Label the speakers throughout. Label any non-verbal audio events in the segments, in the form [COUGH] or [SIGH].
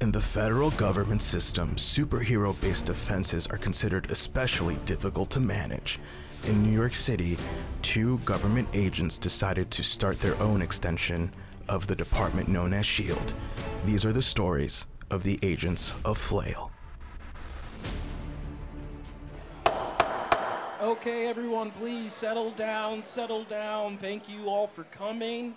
Speaker 1: In the federal government system, superhero based offenses are considered especially difficult to manage. In New York City, two government agents decided to start their own extension of the department known as SHIELD. E These are the stories of the agents of Flail.
Speaker 2: Okay, everyone, please settle down, settle down. Thank you all for coming.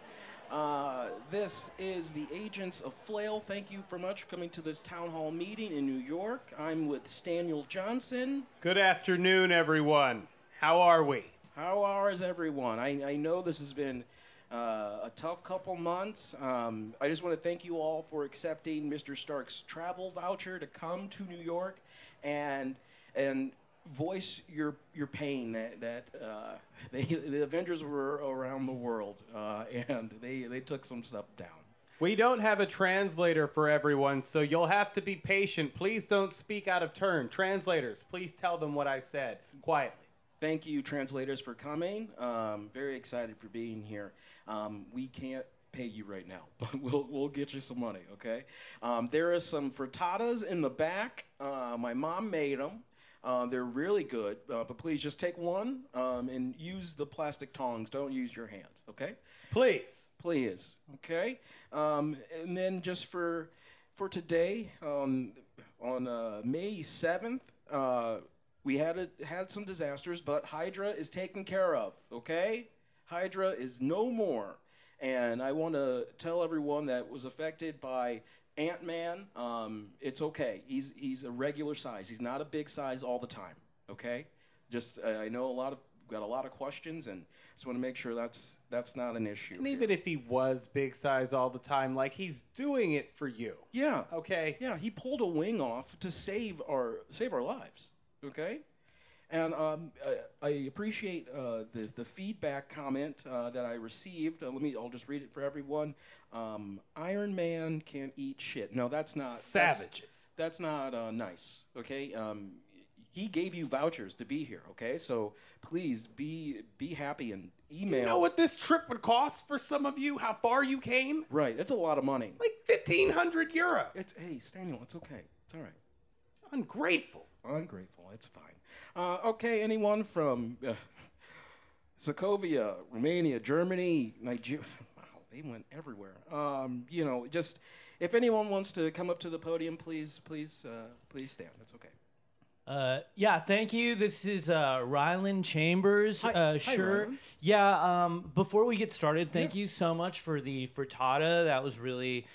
Speaker 2: Uh, this is the Agents of Flail. Thank you for much for coming to this town hall meeting in New York. I'm with Staniel Johnson.
Speaker 3: Good afternoon, everyone. How are we?
Speaker 2: How are is everyone? I, I know this has been uh, a tough couple months. Um, I just want to thank you all for accepting Mr. Stark's travel voucher to come to New York and and voice your your pain that that uh, [LAUGHS] they, the Avengers were around the world uh, and they they took some stuff down.
Speaker 3: We don't have a translator for everyone, so you'll have to be patient. Please don't speak out of turn. Translators, please tell them what I said quietly.
Speaker 2: Thank you, translators, for coming. Um, very excited for being here. Um, we can't pay you right now, [LAUGHS] but we'll we'll get you some money, okay? Um, there are some frittatas in the back. Uh, my mom made them. Uh, they're really good, uh, but please just take one um, and use the plastic tongs. Don't use your hands, okay?
Speaker 3: Please.
Speaker 2: Please, okay? Um, and then just for for today, um, on uh, May seventh, uh, we had a, had some disasters, but Hydra is taken care of, okay? Hydra is no more, and I want to tell everyone that was affected by Ant Man, um, it's okay. He's he's a regular size. He's not a big size all the time. Okay, just uh, I know a lot of got a lot of questions, and just want to make sure that's that's not an issue.
Speaker 3: And
Speaker 2: here.
Speaker 3: even if he was big size all the time, like he's doing it for you.
Speaker 2: yeah,
Speaker 3: Okay?
Speaker 2: yeah, he pulled a wing off to save our save our lives. Okay, and um, I, I appreciate uh, the the feedback comment uh, that I received. Uh, let me I'll just read it for everyone. Um, Iron Man can't eat shit. No, that's not that's-
Speaker 3: Savages.
Speaker 2: that's not uh, nice. Okay. Um, he gave you vouchers to be here. Okay, so please be be happy and email.
Speaker 3: You know what this trip would cost for some of you? How far you came?
Speaker 2: Right. That's a lot of money.
Speaker 3: Like 1,500 euro.
Speaker 2: It's hey, Staniel. It's okay. It's all right.
Speaker 3: Ungrateful.
Speaker 2: Ungrateful. It's fine. Uh, okay, anyone from uh, Sokovia, Romania, Germany, Nigeria? Wow, they went everywhere. Um, you know, just if anyone wants to come up to the podium, please, please, uh, please stand. That's okay.
Speaker 4: Uh, yeah, thank you. This is uh, Rylan Chambers.
Speaker 2: Hi- hi,
Speaker 4: uh, sure.
Speaker 2: Rylan.
Speaker 4: yeah. Um, before we get started, thank you so much for the frittata. That was really,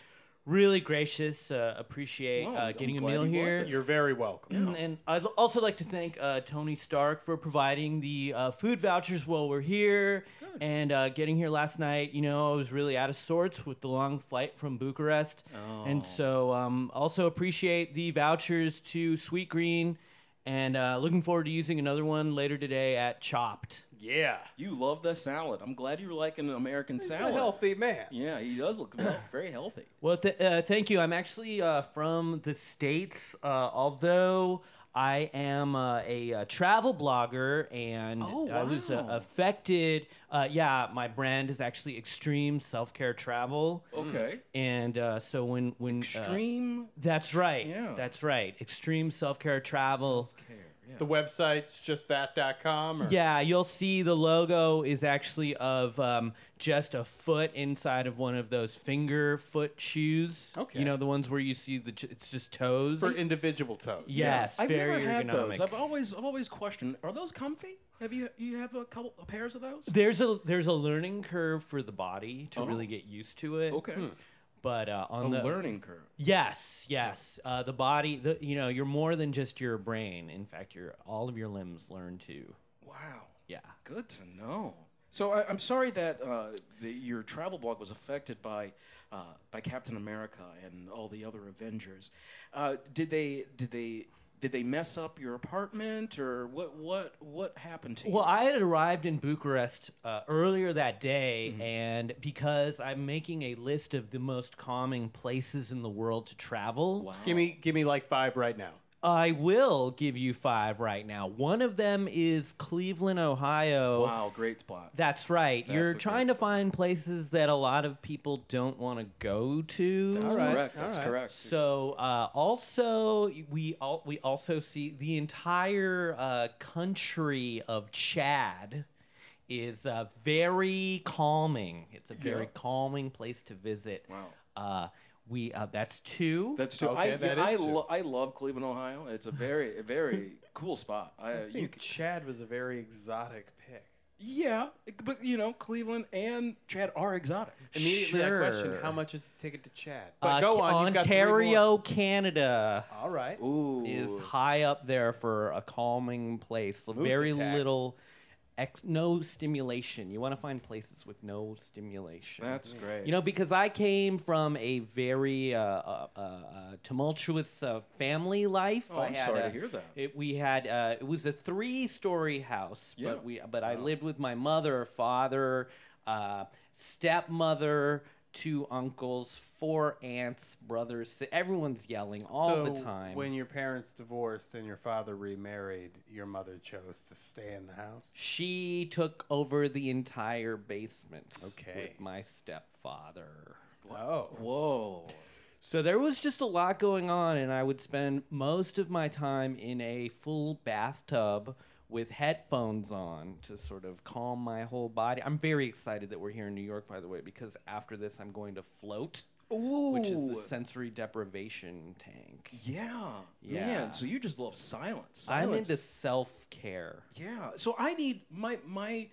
Speaker 4: really gracious. Uh, appreciate
Speaker 2: Wow,
Speaker 4: uh,
Speaker 2: I'm
Speaker 4: getting a
Speaker 2: glad
Speaker 4: meal
Speaker 2: you liked
Speaker 4: here.
Speaker 2: it.
Speaker 3: You're very welcome.
Speaker 4: And I'd l- also like to thank uh, Tony Stark for providing the uh, food vouchers while we're here and uh, getting here last night. You know, I was really out of sorts with the long flight from Bucharest. And so, um, also appreciate the vouchers to Sweet Green and uh, looking forward to using another one later today at Chopped.
Speaker 3: Yeah.
Speaker 2: You love the salad. I'm glad you're liking an American
Speaker 3: He's a
Speaker 2: salad.
Speaker 3: healthy man.
Speaker 2: Yeah, he does look [COUGHS] well, very healthy.
Speaker 4: Well, th- uh, thank you. I'm actually uh, from the States, uh, although I am uh, a, uh travel blogger and
Speaker 2: Oh,
Speaker 4: I was uh,
Speaker 2: wow.
Speaker 4: affected. Uh, yeah, my brand is actually Extreme Self Care Travel.
Speaker 2: Okay.
Speaker 4: And uh, so when. when uh,
Speaker 2: Extreme
Speaker 4: that's right.
Speaker 2: Yeah.
Speaker 4: That's right. Extreme Self Care Travel.
Speaker 2: care. Yeah.
Speaker 3: The website's justthat.com. Or
Speaker 4: Yeah, you'll see the logo is actually of um, just a foot inside of one of those finger foot shoes.
Speaker 3: Okay.
Speaker 4: You know the ones where you see the j- it's just toes.
Speaker 3: For individual toes.
Speaker 4: yes,
Speaker 2: I've never
Speaker 4: very
Speaker 2: had
Speaker 4: ergonomic.
Speaker 2: those. I've always I've always questioned. Are those comfy? Have you you have a couple a pairs of those?
Speaker 4: There's a there's a learning curve for the body to
Speaker 2: Oh.
Speaker 4: really get used to it.
Speaker 2: Okay.
Speaker 4: But uh, on
Speaker 2: A
Speaker 4: the
Speaker 2: learning curve.
Speaker 4: yes, yes, uh, the body, the you know, you're more than just your brain. In fact, your all of your limbs learn to.
Speaker 2: Wow.
Speaker 4: Yeah.
Speaker 2: Good to know. So I, I'm sorry that uh, the, your travel blog was affected by uh, by Captain America and all the other Avengers. Uh, did they did they did they mess up your apartment or what what what happened to you?
Speaker 4: Well, I had arrived in Bucharest uh, earlier that day,
Speaker 2: Mm-hmm.
Speaker 4: and because I'm making a list of the most calming places in the world to travel.
Speaker 2: wow.
Speaker 3: Give me, give me like five right now.
Speaker 4: I will give you five right now. One of them is Cleveland, Ohio.
Speaker 2: Wow, great spot.
Speaker 4: That's right. You're
Speaker 2: That's a
Speaker 4: trying to
Speaker 2: great
Speaker 4: find places that a lot of people don't want to go to.
Speaker 2: That's
Speaker 3: right,
Speaker 2: correct.
Speaker 3: all
Speaker 2: That's
Speaker 3: right.
Speaker 2: correct.
Speaker 4: So uh, also we all, we also see the entire uh, country of Chad is uh, very calming. It's a very calming place to visit.
Speaker 2: Wow.
Speaker 4: Uh, we uh, that's two.
Speaker 2: That's true.
Speaker 3: Okay,
Speaker 2: I,
Speaker 3: that
Speaker 2: yeah, I,
Speaker 3: is true.
Speaker 2: lo- I love Cleveland, Ohio. It's a very, a
Speaker 4: [LAUGHS]
Speaker 2: very cool spot. I,
Speaker 3: I
Speaker 2: you,
Speaker 3: think Chad was a very exotic pick.
Speaker 2: yeah, but you know, Cleveland and Chad are exotic.
Speaker 3: Immediately, I question
Speaker 4: Sure.
Speaker 3: how much is the ticket to Chad? But
Speaker 4: Uh,
Speaker 3: go
Speaker 4: Ca-
Speaker 3: on. You've got three more.
Speaker 4: Ontario, Canada.
Speaker 3: All right.
Speaker 2: Ooh,
Speaker 4: is high up there for a calming place. So
Speaker 3: Moose
Speaker 4: Very
Speaker 3: attacks.
Speaker 4: little, ex- no stimulation. You want to find places with no stimulation.
Speaker 2: that's great.
Speaker 4: you know, because I came from a very uh, uh, uh, uh, tumultuous uh, family life.
Speaker 2: Oh,
Speaker 4: I
Speaker 2: I'm
Speaker 4: had
Speaker 2: sorry to
Speaker 4: a-
Speaker 2: hear that.
Speaker 4: It, we had uh, it was a three-story house,
Speaker 2: Yeah.
Speaker 4: but we but I lived with my mother, father, uh, stepmother, two uncles, four aunts, brothers. si- Everyone's yelling all the
Speaker 3: So,
Speaker 4: time.
Speaker 3: When your parents divorced and your father remarried, your mother chose to stay in the house.
Speaker 4: She took over the entire basement
Speaker 3: Okay.
Speaker 4: with my stepfather.
Speaker 3: Oh.
Speaker 2: Whoa.
Speaker 4: So there was just a lot going on, and I would spend most of my time in a full bathtub with headphones on to sort of calm my whole body. I'm very excited that we're here in New York, by the way, because after this, I'm going to float,
Speaker 2: Ooh.
Speaker 4: which is the sensory deprivation tank.
Speaker 2: yeah.
Speaker 4: Yeah.
Speaker 2: Man, so you just love silence.
Speaker 4: I'm
Speaker 2: Silence.
Speaker 4: into self care.
Speaker 2: Yeah. So I need my my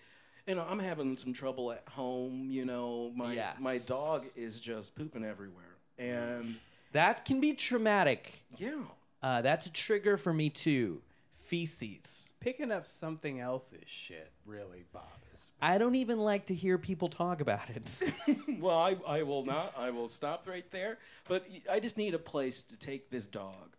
Speaker 2: you know, I'm having some trouble at home, you know. My
Speaker 4: Yes.
Speaker 2: my dog is just pooping everywhere. And
Speaker 4: That can be traumatic.
Speaker 2: yeah. [LAUGHS]
Speaker 4: Uh, that's a trigger for me too. Feces.
Speaker 3: Picking up something else's shit really bothers me.
Speaker 4: I don't even like to hear people talk about it. [LAUGHS]
Speaker 2: Well, I, I will not. I will stop right there. But y- I just need a place to take this dog.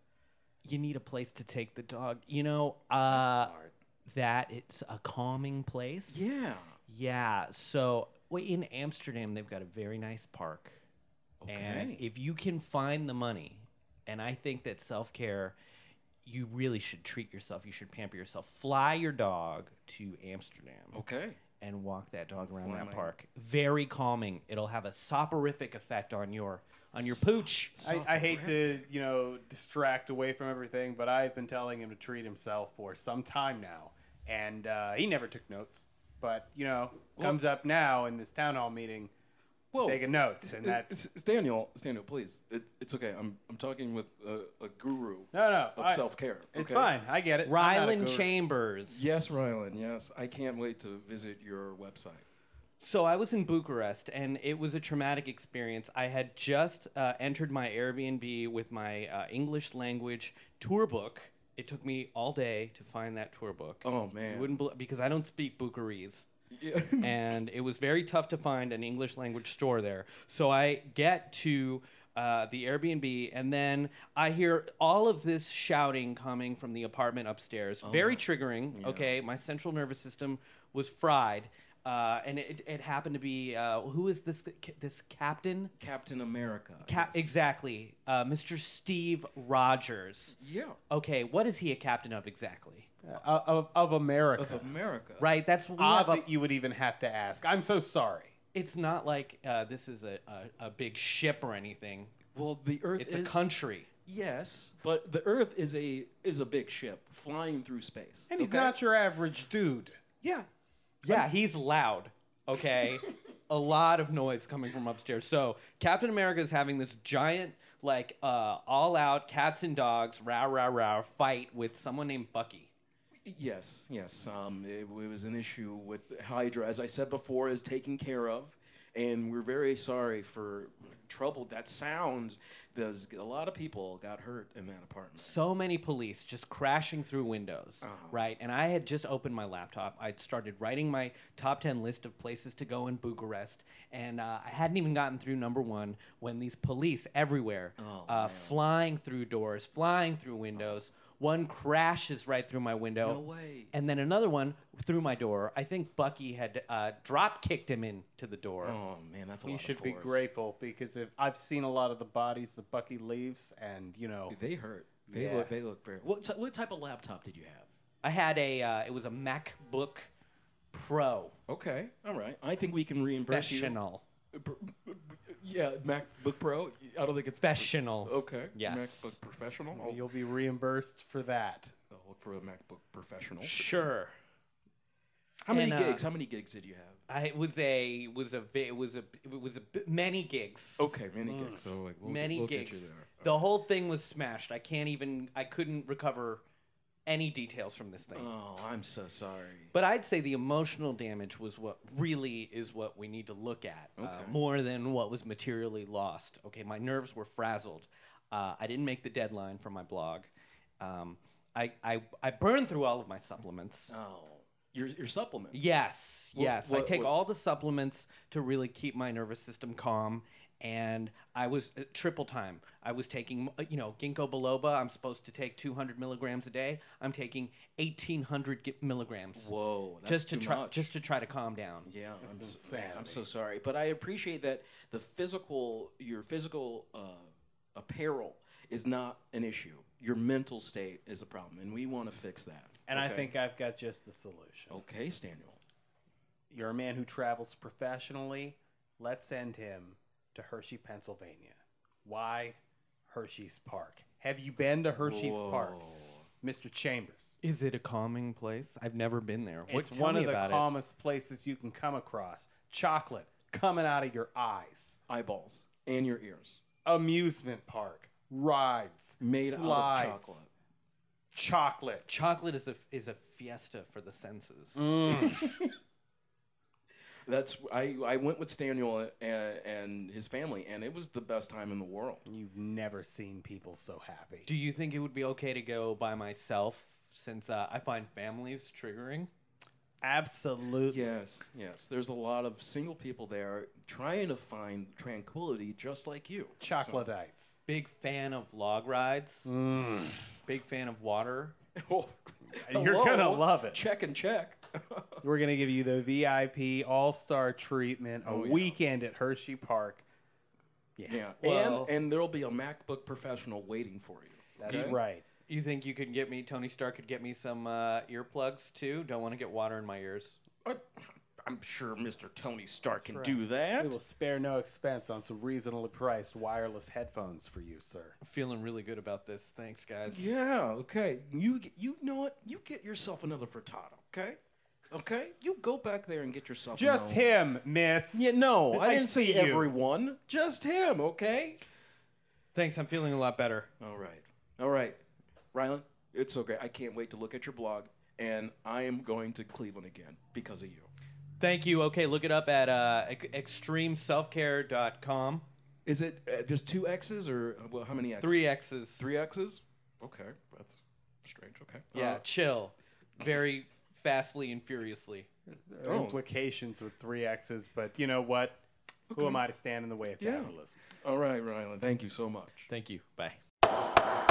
Speaker 4: you need a place to take the dog. You know, uh,
Speaker 3: Smart.
Speaker 4: that it's a calming place.
Speaker 2: Yeah.
Speaker 4: Yeah. So, well, in Amsterdam, they've got a very nice park. And
Speaker 2: Okay.
Speaker 4: if you can find the money, and I think that self care, you really should treat yourself. You should pamper yourself. Fly your dog to Amsterdam.
Speaker 2: Okay.
Speaker 4: and walk that dog around
Speaker 2: Fly
Speaker 4: that
Speaker 2: my-
Speaker 4: park. Very calming. It'll have a soporific effect on your on your pooch.
Speaker 3: I, I hate to, you know, distract away from everything, but I've been telling him to treat himself for some time now, and uh, he never took notes. But you know, comes up now in this town hall meeting,
Speaker 2: Whoa.
Speaker 3: taking notes, and that's
Speaker 2: Oh. It's, it's Daniel. It's Daniel, please. It, it's okay. I'm I'm talking with a, a guru
Speaker 3: no, no,
Speaker 2: of
Speaker 3: I-
Speaker 2: self care.
Speaker 3: It's fine. I get it. I'm not a
Speaker 4: Ryland
Speaker 3: guru.
Speaker 4: Chambers.
Speaker 2: Yes, Rylan. Yes, I can't wait to visit your website.
Speaker 3: [LAUGHS]
Speaker 4: So I was in Bucharest, and it was a traumatic experience. I had just uh, entered my Airbnb with my uh, English language tour book. It took me all day to find that tour book.
Speaker 2: Oh, man.
Speaker 4: You wouldn't bel because I don't speak Bucharese.
Speaker 2: Yeah.
Speaker 4: and it was very tough to find an English language store there. So I get to uh, the Airbnb, and then I hear all of this shouting coming from the apartment upstairs.
Speaker 3: Oh,
Speaker 4: very triggering. Okay, my central nervous system was fried, uh, and it, it happened to be uh, who is this this captain?
Speaker 2: Captain America.
Speaker 4: Cap-
Speaker 2: yes.
Speaker 4: Exactly, uh, Mr. Steve Rogers.
Speaker 2: Yeah.
Speaker 4: Okay, what is he a captain of exactly?
Speaker 3: Uh, of, of America.
Speaker 2: Of America.
Speaker 4: Right, that's we
Speaker 3: Odd
Speaker 4: have a
Speaker 3: that you would even have to ask. I'm so sorry.
Speaker 4: it's not like uh, this is a, a, a big ship or anything.
Speaker 2: Well, the Earth
Speaker 4: It's
Speaker 2: is
Speaker 4: a country.
Speaker 2: Yes, but the Earth is a is a big ship flying through space.
Speaker 3: And he's not your average dude.
Speaker 2: Yeah.
Speaker 4: Yeah, he's loud. Okay. a lot of noise coming from upstairs. So Captain America is having this giant, like, uh, all out cats and dogs, rah, rah, rah, fight with someone named Bucky.
Speaker 2: Yes. Yes. Um, it, it was an issue with Hydra, as I said before, is taken care of, and we're very sorry for trouble. That sounds. There's a lot of people got hurt in that apartment.
Speaker 4: So many police just crashing through windows,
Speaker 2: Uh-huh.
Speaker 4: right? And I had just opened my laptop. I'd started writing my top 10 list of places to go in Bucharest, and uh, I hadn't even gotten through number one when these police everywhere
Speaker 2: Oh,
Speaker 4: uh, flying through doors, flying through windows. One crashes right through my window.
Speaker 2: No way.
Speaker 4: And then another one through my door. I think Bucky had uh, drop kicked him into the door.
Speaker 2: Oh man, that's a
Speaker 3: You
Speaker 2: lot. of
Speaker 3: should be
Speaker 2: fours.
Speaker 3: grateful because if I've seen a lot of the bodies that Bucky leaves, and you know
Speaker 2: They hurt. They
Speaker 3: Yeah.
Speaker 2: look they look very well.
Speaker 5: What, t- what type of laptop did you have?
Speaker 4: I had a uh, it was a MacBook Pro
Speaker 2: Okay, all right. I think we can reimburse you.
Speaker 4: professional.
Speaker 2: Yeah, MacBook Pro. I don't think it's
Speaker 4: Professional.
Speaker 2: okay.
Speaker 4: Yes.
Speaker 2: MacBook Professional. I'll,
Speaker 3: You'll be reimbursed for that.
Speaker 2: I'll look for a MacBook Professional.
Speaker 4: Sure.
Speaker 2: How many
Speaker 4: And, uh,
Speaker 2: gigs? How many gigs did you have?
Speaker 4: I it was a was a vi- it was a it was a bi- many gigs.
Speaker 2: Okay, many
Speaker 3: Mm.
Speaker 2: gigs. So like we'll,
Speaker 4: many
Speaker 2: we'll
Speaker 4: gigs.
Speaker 2: Get you there.
Speaker 4: The whole thing was smashed. I can't even I couldn't recover any details from this thing.
Speaker 2: Oh, I'm so sorry.
Speaker 4: But I'd say the emotional damage was what really is what we need to look at uh,
Speaker 2: Okay.
Speaker 4: more than what was materially lost. Okay, my nerves were frazzled. Uh, I didn't make the deadline for my blog. Um, I, I, I burned through all of my supplements.
Speaker 2: Oh, your your supplements.
Speaker 4: Yes, yes. I
Speaker 2: what-
Speaker 4: take
Speaker 2: what-
Speaker 4: all the supplements to really keep my nervous system calm. And I was uh, triple time. I was taking, uh, you know, ginkgo biloba. I'm supposed to take 200 milligrams a day. I'm taking 1,800 gi- milligrams
Speaker 2: Whoa, that's
Speaker 4: just to
Speaker 2: too
Speaker 4: try
Speaker 2: much.
Speaker 4: just to try to calm down.
Speaker 2: Yeah, I'm so, man, I'm
Speaker 3: insanity.
Speaker 2: so sorry, but I appreciate that the physical, your physical uh, apparel is not an issue. Your mental state is a problem, and we want to fix that.
Speaker 3: And I
Speaker 2: Okay.
Speaker 3: think I've got just the solution.
Speaker 2: okay, Samuel.
Speaker 3: Oh, You're a man who travels professionally. Let's send him to Hershey, Pennsylvania. Why Hershey's Park? Have you been to Hershey's Park, Mr. Chambers?
Speaker 4: Is it a calming place? I've never been there. What,
Speaker 3: it's
Speaker 4: tell
Speaker 3: one
Speaker 4: me
Speaker 3: of the
Speaker 4: about it.
Speaker 3: calmest places you can come across. Chocolate coming out of your eyes.
Speaker 2: Eyeballs and your ears.
Speaker 3: Amusement park. Rides.
Speaker 2: Made out of
Speaker 3: slides,
Speaker 2: chocolate.
Speaker 3: Chocolate.
Speaker 4: Chocolate is a is a fiesta for the senses.
Speaker 2: Mm. That's I. I went with Samuel and, and his family, and it was the best time in the world.
Speaker 3: You've never seen people so happy.
Speaker 4: Do you think it would be okay to go by myself since uh, I find families triggering?
Speaker 3: Absolutely.
Speaker 2: Yes, yes. There's a lot of single people there trying to find tranquility, just like you. So-
Speaker 3: Chocolatites.
Speaker 4: Big fan of log rides. Big fan of water.
Speaker 2: [LAUGHS]
Speaker 3: [LAUGHS] You're gonna
Speaker 2: Hello?
Speaker 3: love it.
Speaker 2: Check and check.
Speaker 3: We're gonna give you the VIP All Star treatment, a
Speaker 2: yeah.
Speaker 3: weekend at Hershey Park.
Speaker 2: [LAUGHS] yeah.
Speaker 4: Well-
Speaker 2: and and there'll be a MacBook professional waiting for you.
Speaker 3: He's right.
Speaker 4: You think you could get me? Tony Stark could get me some uh, earplugs too. Don't want to get water in my ears.
Speaker 2: I, Uh, I'm sure Mr. Tony Stark can do that.
Speaker 3: We will spare no expense on some reasonably priced wireless headphones for you, sir.
Speaker 4: Feeling really good about this. Thanks, guys.
Speaker 2: Yeah. Okay. You get- you know what? You get yourself another frittata. Okay. Okay. You go back there and get yourself
Speaker 3: Just
Speaker 2: another-
Speaker 3: him, miss.
Speaker 2: Yeah, no, I,
Speaker 3: I
Speaker 2: didn't see
Speaker 3: see you.
Speaker 2: everyone. Just him, okay?
Speaker 4: Thanks. I'm feeling a lot better.
Speaker 2: All right. All right. Rylan, it's okay. I can't wait to look at your blog, and I am going to Cleveland again because of you.
Speaker 4: Thank you. Okay, look it up at uh, ex- extremeselfcare.com.
Speaker 2: Is it uh, just two X's or uh, well, how many X's?
Speaker 4: Three X's.
Speaker 2: Three X's? Okay, that's strange. Okay.
Speaker 4: Yeah, chill. Very fastly and furiously.
Speaker 3: There are
Speaker 2: Oh.
Speaker 3: implications with three X's, but you know what? Who am I to stand in the way of
Speaker 2: Yeah.
Speaker 3: capitalism?
Speaker 2: Uh, all right, Rylan. Thank you so much.
Speaker 4: Thank you. Bye.